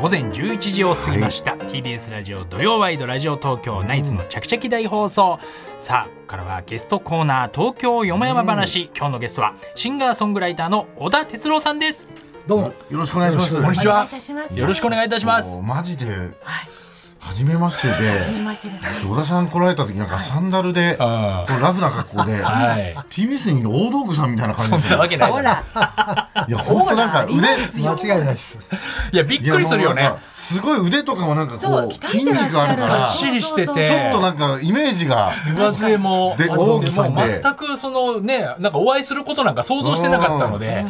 午前11時を過ぎました、TBS ラジオ土曜ワイドラジオ東京ナイツのちゃきちゃき大放送、さあここからはゲストコーナー東京よもやま話、今日のゲストはシンガーソングライターの小田哲郎さんですどうもよろしくお願いしますこんにちはよろしくお願いいたしますマジで、初めましてで小田さん来られた時なんかサンダルで、ラフな格好で、TBS にいる大道具さんみたいな感じですよ。いや本当なんか腕間違いないですいやびっくりするよねすごい腕とかもなんかこう筋肉があるからしりしててちょっとなんかイメージが上背もで大きくて全くそのねなんかお会いすることなんか想像してなかったので。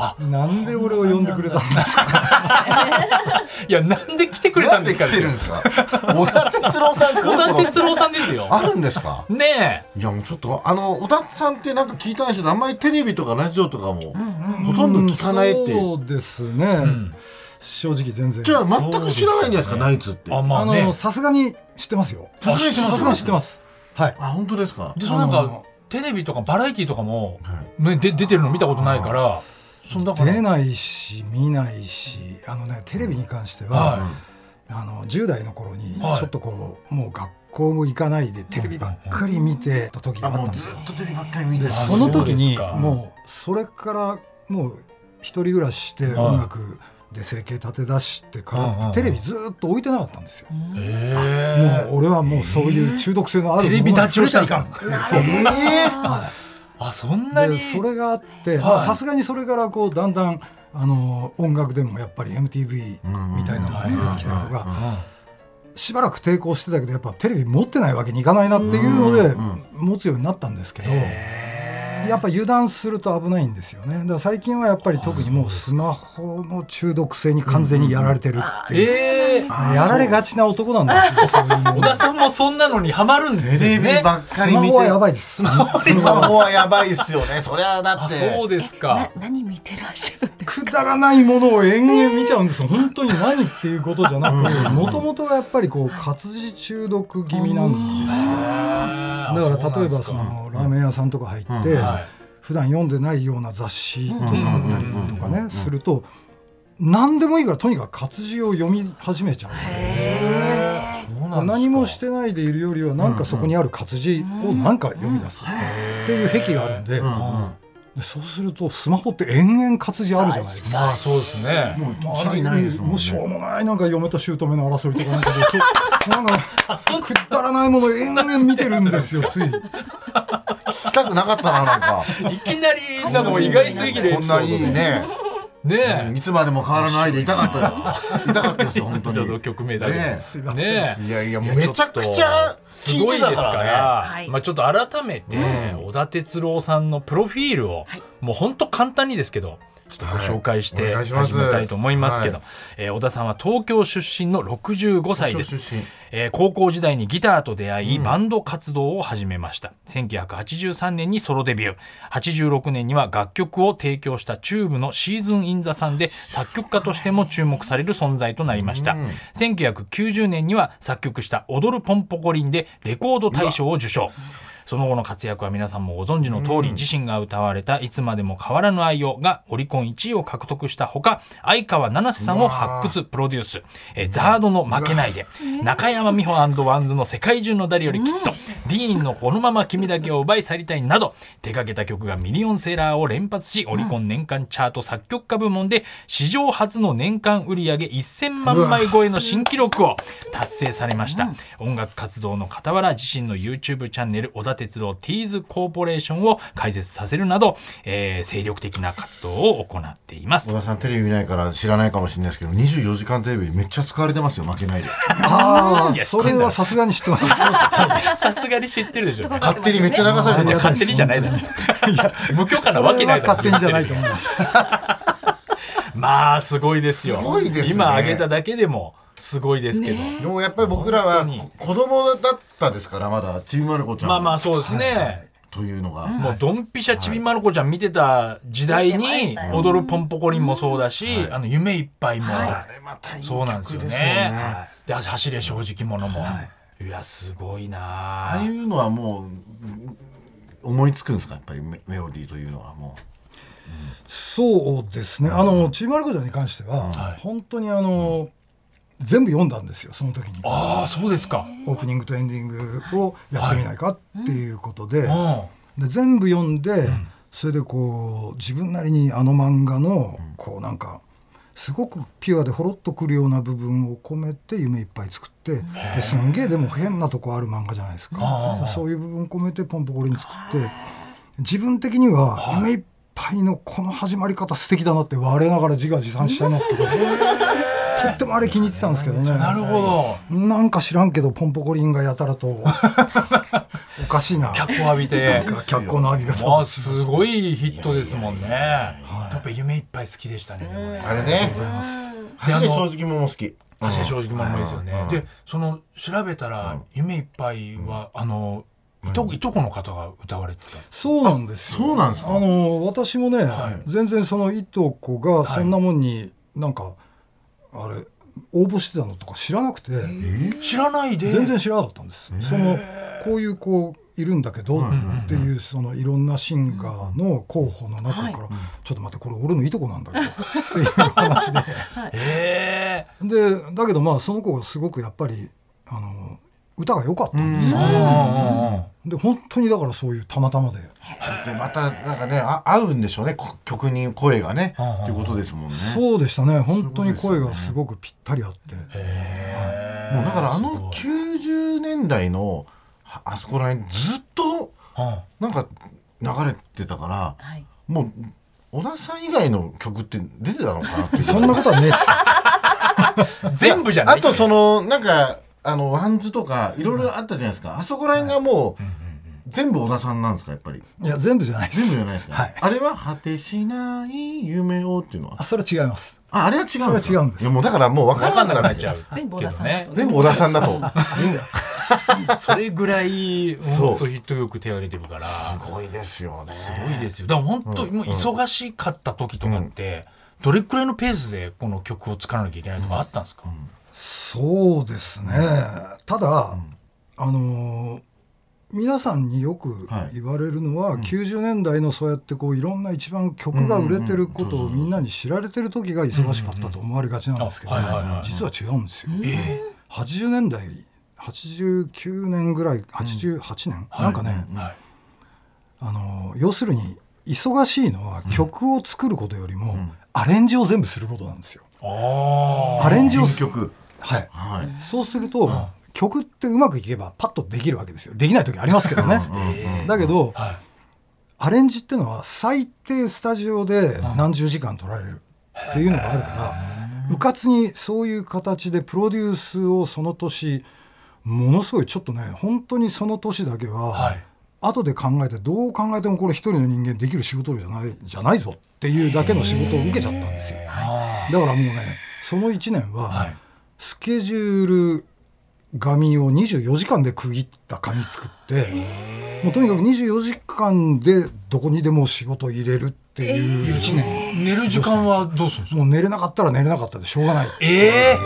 あなんで俺を呼んでくれたんですか。 いやなんで来てくれたんですか。来てるんですか。 小田哲郎さん小田哲郎さんですよ。あるんですか。ねいやもうちょっとあの小田さんってなんか聞いたんですけどあんまりテレビとかラジオとかもほとんど聞かないっていう。そうですね。正直全然。じゃあ全く知らないんですかナイツって。あのさすがに知ってますよ。さすがに知ってます。はい。あ本当ですか。でなんかテレビとかバラエティとかもね出てるの見たことないから。出ないし見ないしあのねテレビに関しては、はい、あの10代の頃にちょっとこう、はい、もう学校も行かないでテレビばっかり見てた時があったんですよ。ずっとテレビばっかり見てその時にもうそれからもう一人暮らしして音楽で生計立て出してからテレビずっと置いてなかったんですよ。もう俺はもうそういう中毒性のあるテレビ立ちをしちゃいかん。はいあそんなにそれがあってさすがにそれからこうだんだんあの音楽でもやっぱり MTV みたいなのが出てきたりとかしばらく抵抗してたけどやっぱテレビ持ってないわけにいかないなっていうので、うん、持つようになったんですけど。やっぱ油断すると危ないんですよねだから最近はやっぱり特にもうスマホの中毒性に完全にやられてるっていう、うんうん、やられがちな男なんですよ小田さんもそんなのにはまるんですねテレビばっかり見てスマホはやばいですスマホはやばいですよ ねそりゃだってそうですか何見てらっしゃるんですかくだらないものを延々見ちゃうんですよ本当に何っていうことじゃなくもともとがやっぱりこう活字中毒気味なんですよだから例えばそのラーメン屋さんとか入って、はい、普段読んでないような雑誌とかあったりとかねすると何でもいいからとにかく活字を読み始めちゃうんです何もしてないでいるよりは何かそこにある活字を何か読み出すっていう癖があるんで。でそうするとスマホって延々活字あるじゃないですか。まあそうですね。もうきりないですもん、ね、もうしょうもないなんか嫁と姑の争いとかなんかでなん かくだらないもの延々見てるんですよつい。聞きたくなかったななんかいきなりなんか意外すぎるこんないいねねいつまでも変わらないでいたかったいたかったですよ本当に曲名だねねいやいやめちゃくちゃすごいですからまあちょっと改めて小田哲郎さんのプロフィールをもう本当簡単にですけどちょっとご紹介して始めたいと思いますけど、はえ小田さんは東京出身の65歳です、えー、高校時代にギターと出会い、バンド活動を始めました1983年にソロデビュー86年には楽曲を提供したチューブのシーズン・イン・ザ・サンで作曲家としても注目される存在となりました、うん、1990年には作曲した「踊るポンポコリン」でレコード大賞を受賞その後の活躍は皆さんもご存知の通り、自身が歌われた「いつまでも変わらぬ愛を」がオリコン1位を獲得したほか相川七瀬さんを発掘プロデュース「えー、ザードの負けないで」中山美穂ワンズの「世界中の誰よりきっと」ディーンの「このまま君だけを奪い去りたい」など手掛けた曲がミリオンセラーを連発しオリコン年間チャート作曲家部門で史上初の年間売上1000万枚超えの新記録を達成されました、音楽活動の傍ら自身の YouTube チャンネル小田鉄道ティーズコーポレーションを開設させるなど、えー、精力的な活動を行っています小田さんテレビ見ないから知らないかもしれないですけど24時間テレビめっちゃ使われてますよ負けないでああそれはさすがに知ってます さすがに知ってるで しょ、ね、 勝手にめっちゃ流されて勝手にじゃ ないだろ、ね、無許可なわけない勝手にじゃないと思いますまあすごいですよすごいです、ね、今挙げただけでもすごいですけど、でもやっぱり僕らは子供だったですからまだちびまる子ちゃんまあまあそうですね、というのが、もうドンピシャちびまる子ちゃん見てた時代に「踊るポンポコリン」もそうだし「あの夢いっぱい」も、そうなんですよね。で「走れ正直者」も、い、やすごいなああいうのはもう思いつくんですかやっぱりメロディーというのはもう。そうですね、あのちびまる子ちゃんに関しては、本当にあの、全部読んだんですよその時にああそうですかオープニングとエンディングをやってみないかっていうことで,はい、で全部読んで、うん、それでこう自分なりにあの漫画のこうなんかすごくピュアでほろっとくるような部分を込めて夢いっぱい作ってですんげえでも変なとこある漫画じゃないですかそういう部分込めてポンポコリン作って自分的には夢いっぱいのこの始まり方素敵だなって我ながら自画自賛しちゃいますけど。とってもあれ気に入ってたんですけどね。なるほど。なんか知らんけど、ポンポコリンがやたら と。おかしいな。脚光浴びて。脚光の浴び方。あ、すごいヒットですもんね。やっぱ夢いっぱい好きでしたね。あれね。ありがとうございます。走れ正直も好き。走れ正直ももいいですよね。で、その調べたら、夢いっぱいは、あの。いといとこの方が歌われてたそうなんですそうなんですあの私もね、全然そのいとこがそんなもんになんか、あれ応募してたのとか知らなくて知らないで全然知らなかったんです、そのこういう子いるんだけどっていうそのいろんなシンガーの候補の中から、ちょっと待ってこれ俺のいとこなんだけどっていう話 で、えー、でだけどまあその子がすごくやっぱりあの歌が良かったんですよ、で本当にだからそういうたまたまででまたなんかねあ合うんでしょうね曲に声がねっていうことですもんねそうでしたね本当に声がすごくぴったり合って、はい、もうだからあの90年代のあそこら辺ずっとなんか流れてたから、 はい、もう小田さん以外の曲って出てたのかなってそんなことはね え全部じゃないあとそのなんかあのワンズとかいろいろあったじゃないですか、あそこら辺がもう、全部小田さんなんですかやっぱりいや全部じゃない全部じゃないですか、はい、あれは「果てしない夢を」っていうのはあそれ違いますああれは違うんです違うんですいやもうだからもう分からなくなっちゃう全部小田さん、 ね、全部小田さんだとそれぐらい本当ヒット曲手を挙げてるからすごいですよねすごいですよだから本当、うん、もう忙しかった時とかって、うん、どれくらいのペースでこの曲を作らなきゃいけないとかあったんですか、うんそうですね、ただ、あのー、皆さんによく言われるのは、はい、90年代のそうやってこういろんな一番曲が売れてることをみんなに知られてる時が忙しかったと思われがちなんですけど、実は違うんですよ。えー、80年代89年ぐらい88年、うん、なんかね、はい、あのー、要するに忙しいのは曲を作ることよりも、アレンジを全部することなんですよ。アレンジを曲はい、はい、そうすると、曲ってうまくいけばパッとできるわけですよできない時ありますけどねだけど、アレンジってのは最低スタジオで何十時間取られるっていうのがあるからうかつにそういう形でプロデュースをその年ものすごいちょっとね本当にその年だけは、はい後で考えてどう考えてもこれ一人の人間できる仕事じゃないじゃないぞっていうだけの仕事を受けちゃったんですよ、はい、だからもうねその1年はスケジュール紙を24時間で区切った紙作ってもうとにかく24時間でどこにでも仕事入れるっていう1年寝る時間はどうするんですかもう寝れなかったら寝れなかったでしょうがないええ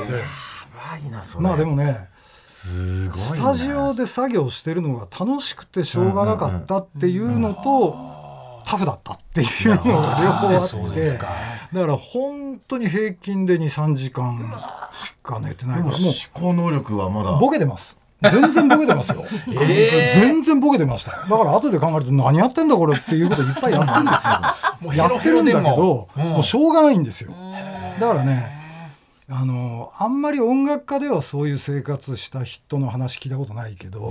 まあでもねスタジオで作業してるのが楽しくてしょうがなかったっていうのと、タフだったっていうのが両方あってだから本当に平均で23時間しか寝てないかもらう思考能力はまだボケてます全然ボケてますよ、 えー、全然ボケてましただから後で考えると何やってんだこれっていうこといっぱいやってるんですよやってるんだけど、うん、もうしょうがないんですよだからねあのあんまり音楽家ではそういう生活した人の話聞いたことないけど、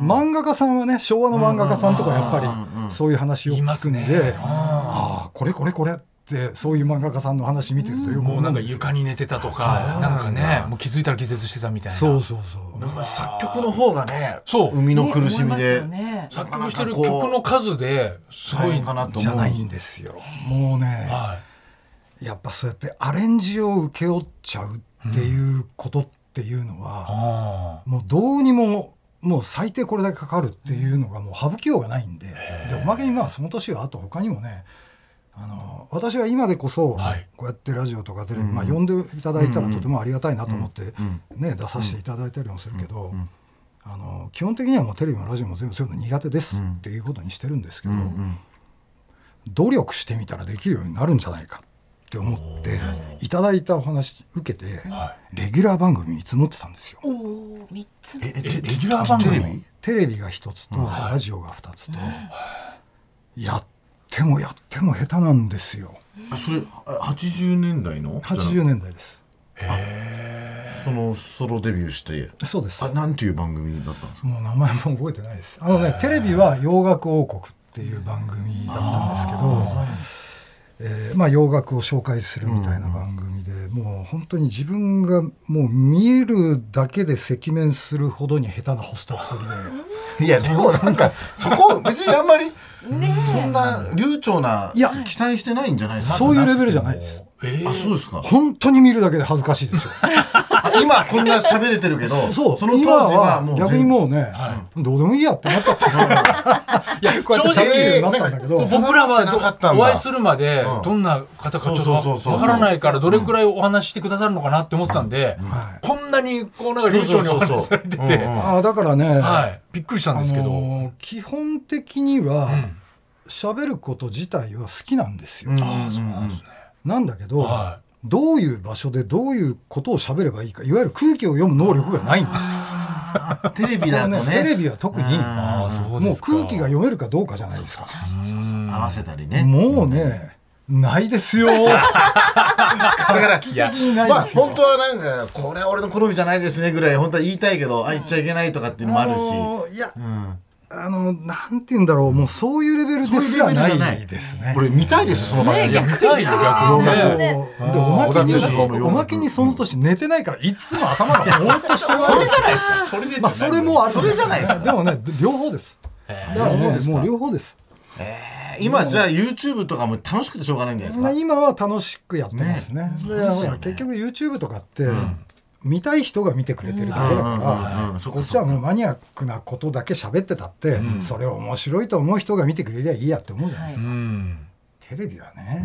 漫画家さんはね昭和の漫画家さんとかやっぱりそういう話を聞くんで、ね、ああこれこれこれってそういう漫画家さんの話見てるとよくもうなんか床に寝てたとかなんかねもう気づいたら気絶してたみたいなそうそうそう作曲の方がねそう生みの苦しみで、作曲してる曲の数ですごいかなとじゃないんですよもうね、はいやっぱそうやってアレンジを請け負っちゃうっていうことっていうのは、もうどうにももう最低これだけかかるっていうのがもう省きようがないんででおまけにまあその年はあと他にもねあの私は今でこそこうやってラジオとかテレビ、まあ、呼んでいただいたらとてもありがたいなと思って、ね、出させていただいたりもするけど。あの基本的にはもうテレビもラジオも全部そういうの苦手ですっていうことにしてるんですけど、努力してみたらできるようになるんじゃないかっって思っていただいたお話受けて、レギュラー番組見積もってたんですよ。お三つええレギュラー番組テレビが一つと、ラジオが二つと、やってもやっても下手なんですよ。あそれ80年代の80年代です。へそのソロデビューしてそうですあなんていう番組だったんですかもう名前も覚えてないですあのねテレビは「洋楽王国」っていう番組だったんですけどえーまあ、洋楽を紹介するみたいな番組で、うん、もう本当に自分がもう見えるだけで赤面するほどに下手なホストっぷ でりいやでもなんか そこ別にあんまり、ね、そんな流暢ないや期待してないんじゃないですかそういうレベルじゃないです、えー、あそうですか本当に見るだけで恥ずかしいですよ 今こんな喋れてるけどそうその当時はもう逆にもうね、はい、どうでもいいやってなったって いやこうやって喋れるようになったんだけど僕らはお会いするまでどんな方かちょっとわからないからどれくらいお話してくださるのかなって思ってたんで、こんなにこうなんか流暢にお話されてて、あだからね、はいびっくりしたんですけど基本的には喋ること自体は好きなんですよ。あそうなんですねなんだけど、どういう場所でどういうことを喋ればいいかいわゆる空気を読む能力がないんですよ。テレビだとねテレビは特にもう空気が読めるかどうかじゃないですか合わせたりねもうね、うん、 ないですよだからまあ本当はなんかこれは俺の好みじゃないですねぐらい本当は言いたいけどあ言っちゃいけないとかっていうのもあるし、あのー、いや、うんあの、なんて言うんだろう、もうそういうレベルですらないですね。これ見たいです、その番組。見たいよ、逆に。で、おまけに、おまけにその年寝てないから、いつも頭がぼーっとしてるそれじゃないですか。それです。まあ、それもある。それじゃないですか。でもね、両方です。だからね、もう両方です。今じゃあ YouTube とかも楽しくてしょうがないんじゃないですか今は楽しくやってますね結局 YouTube とかって見たい人が見てくれてるだけだからこっちはもうマニアックなことだけ喋ってたって、うん、それを面白いと思う人が見てくれりゃいいやって思うじゃないですか。はい、テレビはね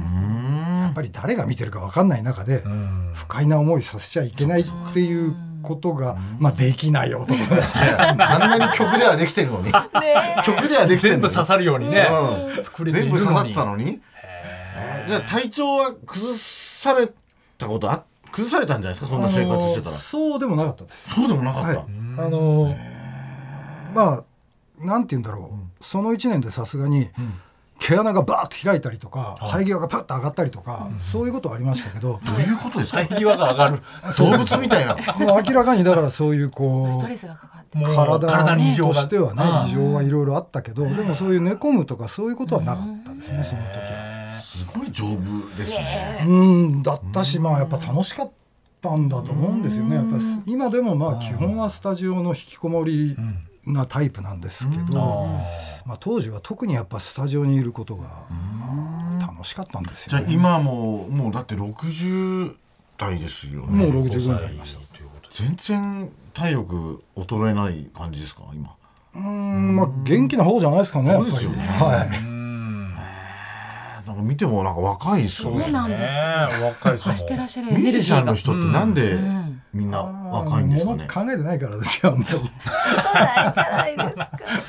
やっぱり誰が見てるか分かんない中で不快な思いさせちゃいけないっていうことが、まあ、できない男だあんなに曲ではできてる のに曲ではできてる全部刺さるようにね、全部刺さったのに、えー、じゃあ体調は崩されたことあった崩されたんじゃないですかそんな生活してたら、 そうでもなかったですそうでもなかった、あのまあなんて言うんだろう、その1年でさすがに、毛穴がバーッと開いたりとか生え際がパッと上がったりとか、そういうことはありましたけどどういうことですか生え際が上がる動物み たいなもう明らかにだからそういうこうストレスがかかって体に異常としてはね異常はいろいろあったけどでもそういう寝込むとかそういうことはなかったですねその時は。すごい丈夫ですね。うんだったしまあやっぱ楽しかったんだと思うんですよね。やっぱ今でもまあ基本はスタジオの引きこもりなタイプなんですけど、まあ当時は特にやっぱスタジオにいることがまあ楽しかったんですよ、ね。じゃあ今ももうだって六十代ですよ、ね。もう六十ぐらいになりました。全然体力衰えない感じですか今。うんまあ元気な方じゃないですかね。そうですよね。はい。見てもなんか若いですよね。そうなんです。若い走ってらっしゃるミュージシャンの人ってなんでみんな若いんですかね。考えてないからですよ。本 当に。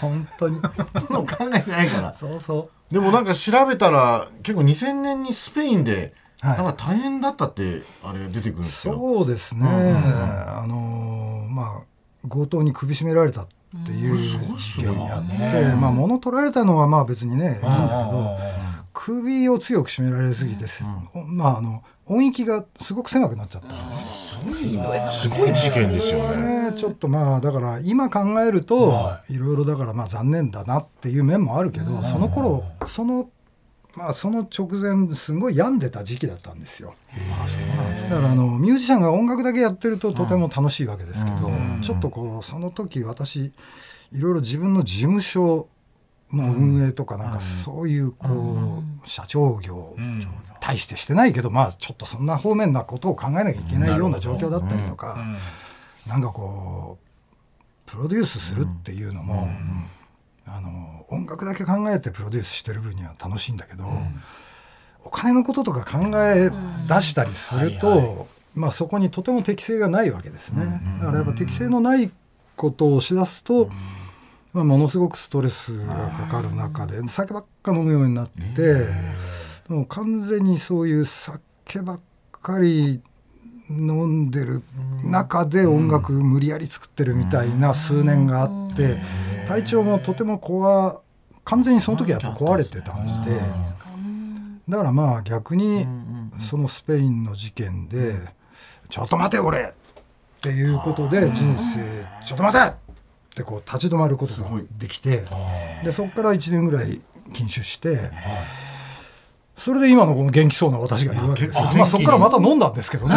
本当に。もう考えてないから。。そうそうでもなんか調べたら結構2000年にスペインでなんか大変だったってあれ出てくるんですよ。そうですね。あのまあ強盗に首絞められた。っていう事件にあって、まあ物取られたのはまあ別にねいいんだけど、首を強く絞められすぎて、うん、まああの音域がすごく狭くなっちゃったんですよ。すごい事件ですよね。ちょっとまあだから今考えるといろいろだからまあ残念だなっていう面もあるけど、その頃そのまあその直前すごい病んでた時期だったんですよ。だからあのミュージシャンが音楽だけやってるととても楽しいわけですけど、ちょっとこうその時私いろいろ自分の事務所まあ、運営とかなんかそういうこう社長業大してしてないけどまあちょっとそんな方面なことを考えなきゃいけないような状況だったりとかなんかこうプロデュースするっていうのもあの音楽だけ考えてプロデュースしてる分には楽しいんだけどお金のこととか考え出したりするとまあそこにとても適性がないわけですね。だからやっぱ適性のないことをしだすと、まあ、ものすごくストレスがかかる中で酒ばっか飲むようになってもう完全にそういう酒酒ばっかり飲んでる中で音楽無理やり作ってるみたいな数年があって体調もとても壊完全にその時はやっぱ壊れてたんでだからまあ逆にそのスペインの事件で「ちょっと待て俺!」っていうことで人生「ちょっと待て!」ってこう立ち止まることができてでそこから1年ぐらい禁酒して。それで今のこの元気そうな私がいるわけですよ。まあそこからまた飲んだんですけど ね。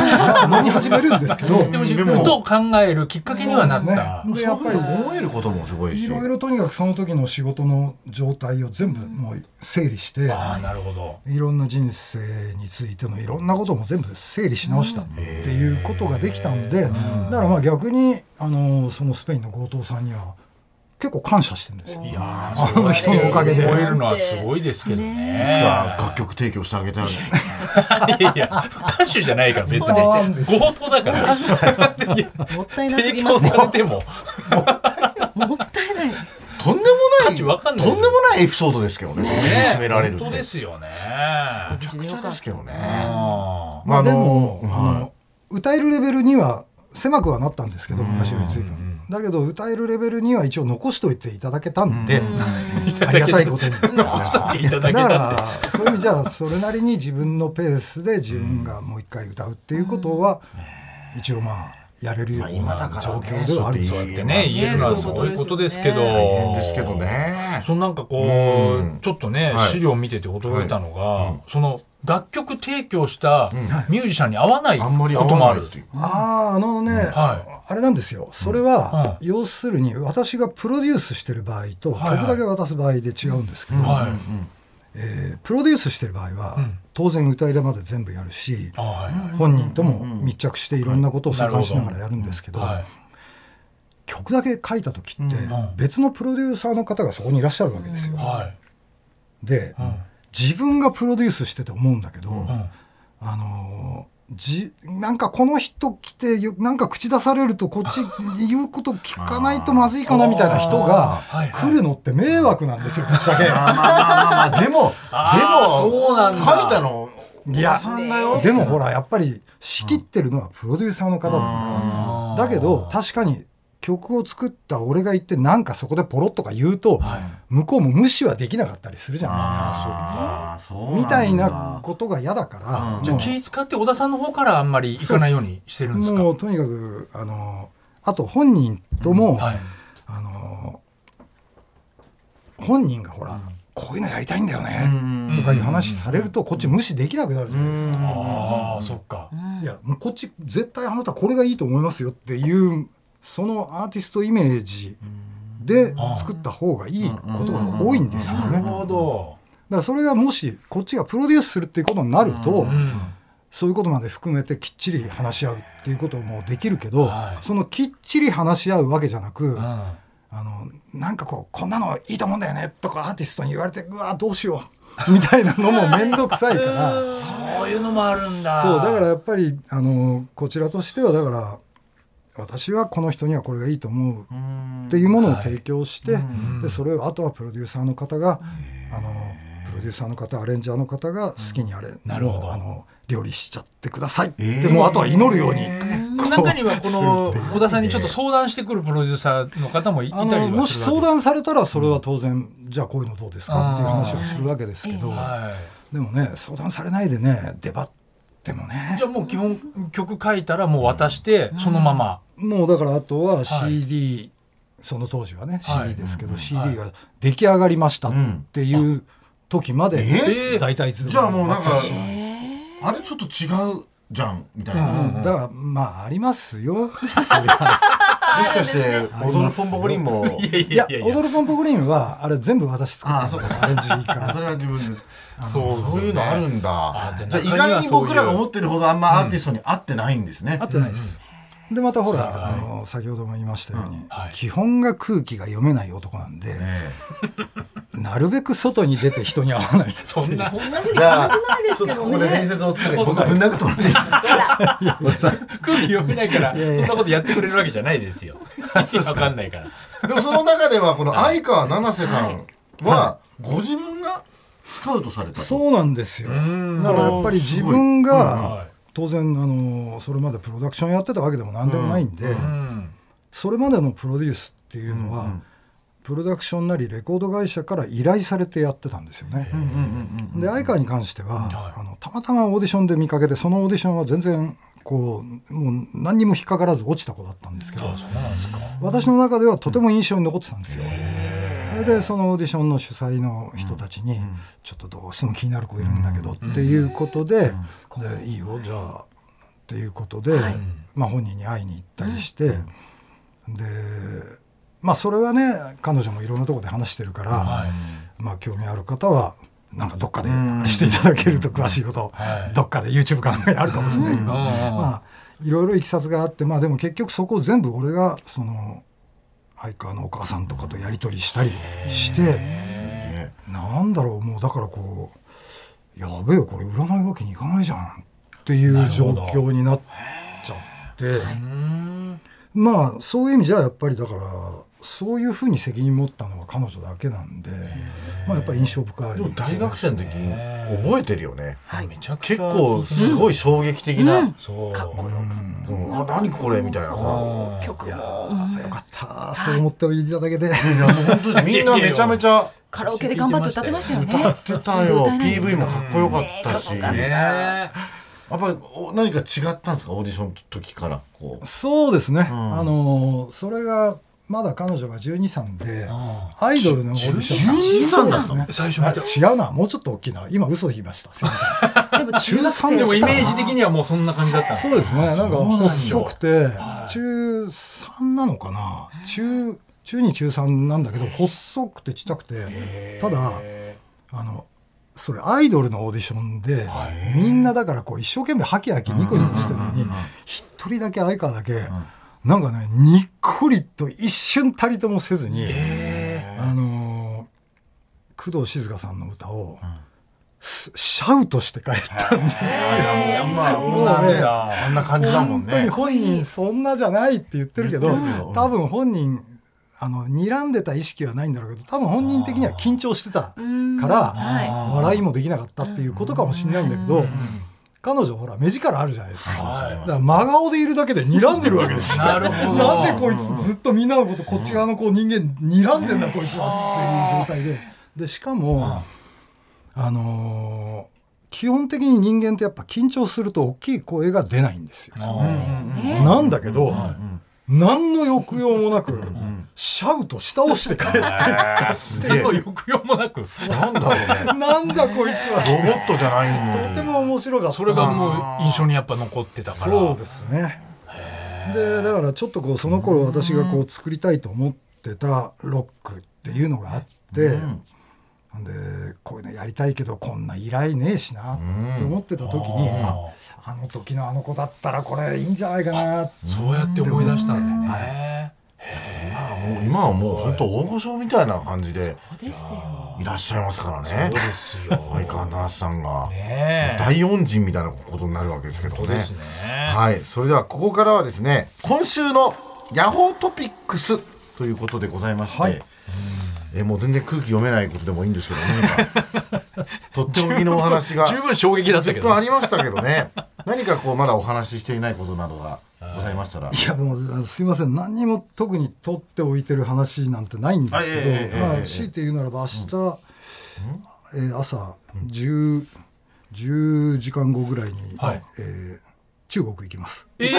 飲み始めるんですけど。でも自分と考えるきっかけにはなった。で、ね、やっぱり思えることもすごいし。いろいろとにかくその時の仕事の状態を全部もう整理して、あなるほど。いろんな人生についてのいろんなことも全部整理し直したっていうことができたんで、だからまあ逆にあのそのスペインの強盗さんには。結構感謝してるんですよ。いやあの人のおかげで。覚えるのはすごいですけどね。楽曲提供してあげたい。いやいや、歌手じゃないから別に。強盗だから。もったい なすぎますされても。もったいない。とんでもないとんでもないエピソードですけどね。ねめられる。本当ですよね。めちゃくちゃですけどね。まあでも歌えるレベルには狭くはなったんですけど昔より随分。だけど歌えるレベルには一応残しといていただけたんで、ありがたいことにだからそういう意味じゃそれなりに自分のペースで自分がもう一回歌うっていうことは、一応まあやれるような状況ではあるそうやってね言えるのはそういうことですけどですけどねそのなんかこう、ちょっとね資料見てて驚いたのが、その楽曲提供したミュージシャンに合わないこともある、、あああのね、あれなんですよそれは、要するに私がプロデュースしてる場合と、曲だけ渡す場合で違うんですけど、はえプロデュースしてる場合は、当然歌い手まで全部やるし、本人とも密着していろんなことを相談しながらやるんですけど。曲だけ書いた時って別のプロデューサーの方がそこにいらっしゃるわけですよ。で、自分がプロデュースしてて思うんだけど、うん、あのじなんかこの人来てなんか口出されるとこ っち言うこと聞かないとまずいかなみたいな人が来るのって迷惑なんですよぶっち ゃけ。でもでも書いたのいやでもほらやっぱり仕切ってるのはプロデューサーの方だから、だけど確かに曲を作った俺が言ってなんかそこでポロッとか言うと、向こうも無視はできなかったりするじゃないですか。みたいなことが嫌だからじゃあ気使って小田さんの方からあんまり行かないようにしてるんですかもうとにかくあのあと本人とも、あの本人がほら、こういうのやりたいんだよねとかいう話されるとこっち無視できなくなるじゃないですか。ああそっか。いやもうこっち絶対あなたこれがいいと思いますよっていうそのアーティストイメージで作った方がいいことが多いんですよね。なるほどだからそれがもしこっちがプロデュースするっていうことになると、そういうことまで含めてきっちり話し合うっていうこともできるけど、そのきっちり話し合うわけじゃなく、あのなんかこうこんなのいいと思うんだよねとかアーティストに言われてうわどうしようみたいなのも面倒くさいからそういうのもあるんだそうだからやっぱりあのこちらとしてはだから私はこの人にはこれがいいと思うっていうものを提供して、はい、でそれをあとはプロデューサーの方があのプロデューサーの方アレンジャーの方が好きにあれ、うん、なるほどあの料理しちゃってくださいでもあとは祈るように。中にはこの小田さんにちょっと相談してくるプロデューサーの方もいたりはもし相談されたらそれは当然、うん、じゃあこういうのどうですかっていう話をするわけですけど、はい、でもね相談されないでね出張って。でもねじゃあもう基本曲書いたらもう渡してそのまま、うん、もうだからあとは CD、はい、その当時はね、はい、CD ですけど、CD が出来上がりましたっていう時まで、うん、大体いつでもじゃあもうなんか、あれちょっと違うじゃんみたいな、だからまああります よもしかして「踊るポンポコリン」もいや踊るポンポコリンはあれ全部私作ったんですアレンジからそれは自分でそういうのあるんだじゃ意外に僕らが思ってるほどあんまアーティストに合ってないんですね合ってないですでまたほらあの先ほども言いましたように基本が空気が読めない男なんでなるべく外に出て人に会わ ないそんなそんなに感じないですけどね伝説を作れ僕ぶん殴ってもらっていいですか空気読めないからそんなことやってくれるわけじゃないですよ わかんないからでもその中ではこの相川七瀬さんはご自分が好カウトされたそうなんですよだからやっぱり自分が当然あのそれまでプロダクションやってたわけでも何でもないんでそれまでのプロデュースっていうのはプロダクションなりレコード会社から依頼されてやってたんですよね。で相川に関してはあのたまたまオーディションで見かけてそのオーディションは全然こうもう何にも引っかからず落ちた子だったんですけど私の中ではとても印象に残ってたんですよ。それでそのオーディションの主催の人たちに「ちょっとどうしても気になる子いるんだけど」っていうことで「でいいよじゃあ」っていうことで、まあ、本人に会いに行ったりして、でまあそれはね彼女もいろんなとこで話してるから、まあ興味ある方はなんかどっかでしていただけると詳しいこと、どっかで YouTube かなんかにあるかもしれないけど、まあいろいろいきさつがあってまあでも結局そこを全部俺がその相川のお母さんとかとやり取りしたりしてなんだろうもうだからこうやべえこれ売らないわけにいかないじゃんっていう状況になっちゃって、まあそういう意味じゃやっぱりだからそういうふうに責任持ったのは彼女だけなんで、まあ、やっぱり印象深い、ね、大学生の時覚えてるよね、はい、結構すごい衝撃的な、うん、、そうかっこよかった、うんあ何これみたいなさ曲もよかったそう思っていただけて、はい、みんなめちゃめちゃカラオケで頑張って歌ってましたよね歌ってたよ PV もかっこよかったし、ねやっぱり何か違ったんですかオーディションの時からそうですね、うん、あのそれがまだ彼女が12歳でアイドルのオーディション12歳だ、ね、最初違うなもうちょっと大きな今嘘を言いましたすみませんでも中3でもイメージ的にはもうそんな感じだったそうですねなんか細くて中3なのかな中中2中3なんだけど細くてちっちゃくてただあのそれアイドルのオーディションで、みんなだからこう一生懸命ハキハキニコニコしてるのに一人だけ相川だけ、なんかねにっこりと一瞬たりともせずに、あのー、工藤静香さんの歌を、うん、シャウトして帰ったんですよ。まあ、もうね、あんな感じだもんね。本人そんなじゃないって言ってるけど、多分本人あの睨んでた意識はないんだろうけど多分本人的には緊張してたから笑いもできなかったっていうことかもしれないんだけど。彼女ほら目力あるじゃないですか、はい、だから真顔でいるだけで睨んでるわけですよ なんでこいつずっとみんなのことこっち側のこう人間睨んでんだこいつはっていう状態ででしかも、あのー、基本的に人間ってやっぱ緊張すると大きい声が出ないんですよ。なんだけど、うん何の抑揚もなく、シャウト下押して帰って 何の抑揚もなくなんだろうね なんだこいつはロボットじゃないのとても面白かったそれがもう印象にやっぱ残ってたからそうですねでだからちょっとこうその頃私がこう作りたいと思ってたロックっていうのがあって、でこういうのやりたいけどこんな依頼ねえしなって思ってた時に、あの時のあの子だったらこれいいんじゃないかなそうやって思い出したんですね。もう今はもう本当大御所みたいな感じでいらっしゃいますからね。そうですよ。相川七瀬さんが大恩人みたいなことになるわけですけどね。はい。それではここからはですね、今週のヤホートピックスということでございまして、えもう全然空気読めないことでもいいんですけどね。 とっておきのお話が十分衝撃だったけど、ありましたけどね。何かこうまだお話ししていないことなどがございましたらいやもうすいません何も特に取っておいてる話なんてないんですけど、まあ、強いて言うならば明日、えー、朝 10, 10時間後ぐらいに、はい、えー、中国行きます、えー、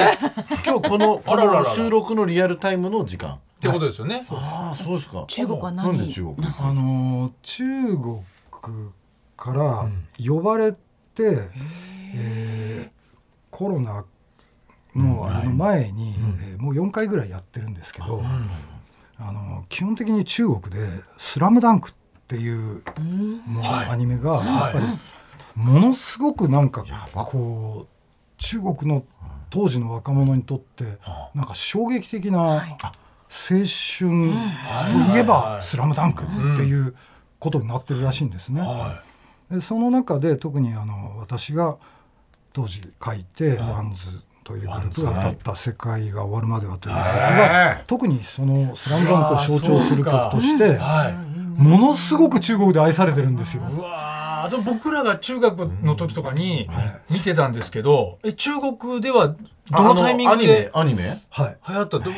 今日 このこの収録のリアルタイムの時間ってことですよね、ああそうですか中国は何で中国あの中国から呼ばれて、えー、コロナのあれの前に、えー、もう4回ぐらいやってるんですけど、あの基本的に中国で「スラムダンクっていうもうアニメがやっぱりものすごくなんかこう中国の当時の若者にとってなんか衝撃的な青春といえば「スラムダンクっていうことになってるらしいんですね。でその中で特にあの私が当時書いて「ワンズ」というグループが歌った「世界が終わるまでは」という曲が特にその「スラムダンクを象徴する曲としてものすごく中国で愛されてるんですよ。あそ僕らが中学の時とかに見てたんですけど、え中国ではどのタイミングでアニメはい流行ったど、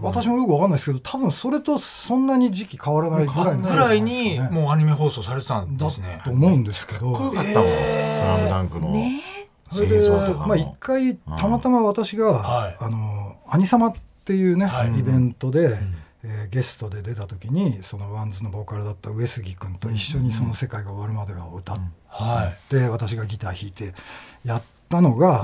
私もよくわかんないですけど多分それとそんなに時期変わらないぐらい、ね、ぐらいにもうアニメ放送されてたんですねと思うんですけどかっこよかったもん「スラムダンクの、ねそれで、まあ、一回たまたま私が、うんはい、あの「アニ様」っていうね、はい、イベントで、うん、えー、ゲストで出た時にそのワンズのボーカルだった上杉君と一緒に「その世界が終わるまでは」を歌って、うんはい、私がギター弾いてやったのが。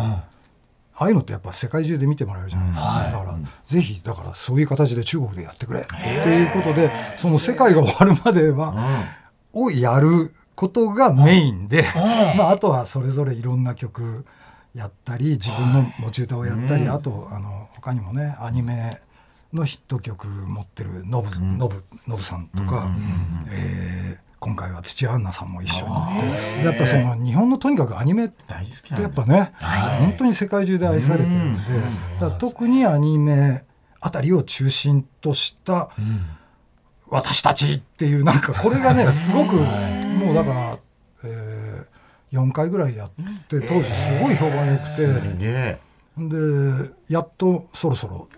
ああいうのってやっぱ世界中で見てもらえるじゃないですか、ね、だから、ぜひだからそういう形で中国でやってくれっていうことでその世界が終わるまでは、をやることがメインで、 まあ、あとはそれぞれいろんな曲やったり自分の持ち歌をやったり、あとあの他にもねアニメのヒット曲持ってるノブ,、ノブノブさんとか、うえ今回は土屋アンナさんも一緒にってやっぱその日本のとにかくアニメってやっぱね、本当に世界中で愛されてるんで、だ特にアニメあたりを中心とした、私たちっていうなんかこれがねすごくもうだから、えー、4回ぐらいやって当時すごい評判良くて、でやっとそろそろ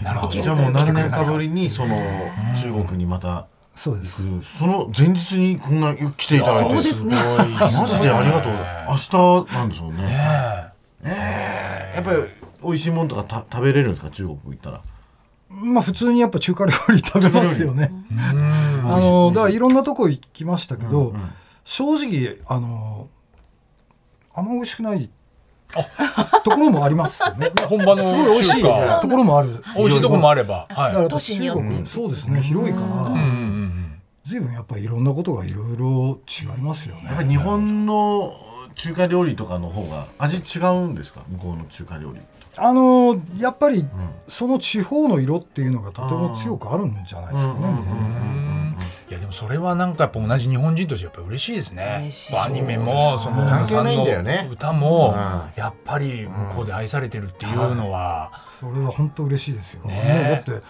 じゃあもう何年かぶりにその中国にまた。そうですその前日にこんな来ていただいてすごいマジでありがとう明日なんですよねええやっぱり美味しいもんとかた食べれるんですか中国行ったらまあ普通にやっぱ中華料理食べますよね。あのだからいろんなとこ行きましたけど、うんうん、正直あのあんま美味しくないところもありますよね。本場のすごい美味しいところもある。美味しいところもあれば、はい、都市によってそうですね広いから。随分やっぱりいろんなことがいろいろ違いますよね。やっぱ日本の中華料理とかの方が味違うんですか向こうの中華料理あのやっぱりその地方の色っていうのがとても強くあるんじゃないですかね。いやでもそれはなんかやっぱ同じ日本人としてやっぱ嬉しいですね。アニメもその関係ないんだよね。歌もやっぱり向こうで愛されてるっていうのは、それは本当嬉しいですよ。ね、だって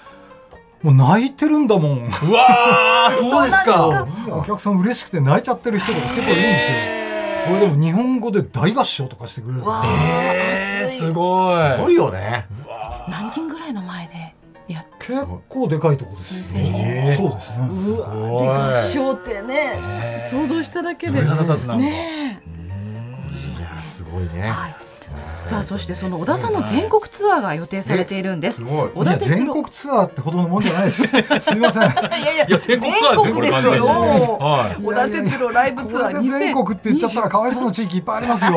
もう泣いてるんだもん。うわそうですか。お客さん嬉しくて泣いちゃってる人が結構いるんですよ。これでも日本語で大合唱とかしてくれる。えー、すごい。すごいよね。何人ぐらいの前で。いや、結構でかいところです。そうですね。うわ、合唱ってね、想像しただけで。ね。すごいね。さあそしてその小田さんの全国ツアーが予定されているんです。小田全国ツアーってほどのもんじゃないです。すみません。いやいや全国ツアーですよ。小田哲郎ライブツアー2 0全国って言っちゃったらかわいそうな地域いっぱいありますよ。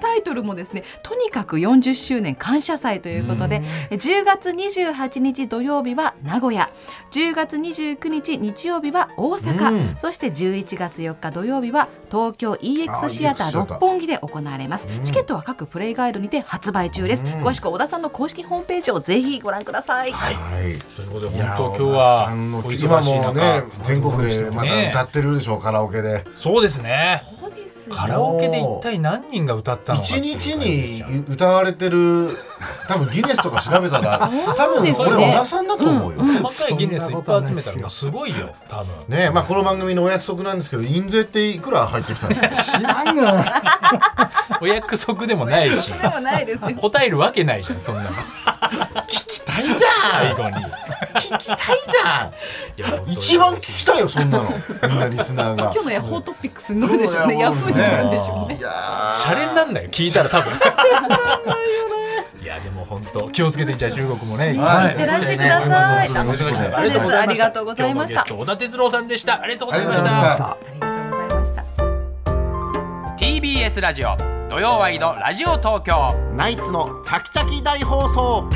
タイトルもですねとにかく40周年感謝祭ということで10月28日土曜日は名古屋10月29日日曜日は大阪そして11月4日土曜日は東京 EX シアター六本木で行われますチケットは各プレイガイドにて発売中です詳しく小田さんの公式ホームページをぜひご覧くださいはいということで本当今日は今もね全国でまだ歌ってるでしょうカラオケでそうですねカラオケで一体何人が歌ったの一日に歌われてる多分ギネスとか調べたら多分これ小田さんだと思うよ、うんうん、細かいギネスいっぱい集めたらすごいよ多分ねまあこの番組のお約束なんですけど印税っていくら入ってきたの知らんがお約束でもないし 答えるわけないじゃんそんなの 聞きたいじゃん最後に 聞きたいじゃん一番聞きたいよそんなのみんなリスナーが今日のヤホートピックスに乗るでしょうねヤフーに乗るでしょうねシャレになんないよ聞いたら多分いやでも本当気をつけてじゃ中国もね行ってらしてくださいありがとうございました小田哲郎さんでしたありがとうございましたありがとうございました TBS ラジオ土曜ワイドラジオ東京ナイツのチャキチャキ大放送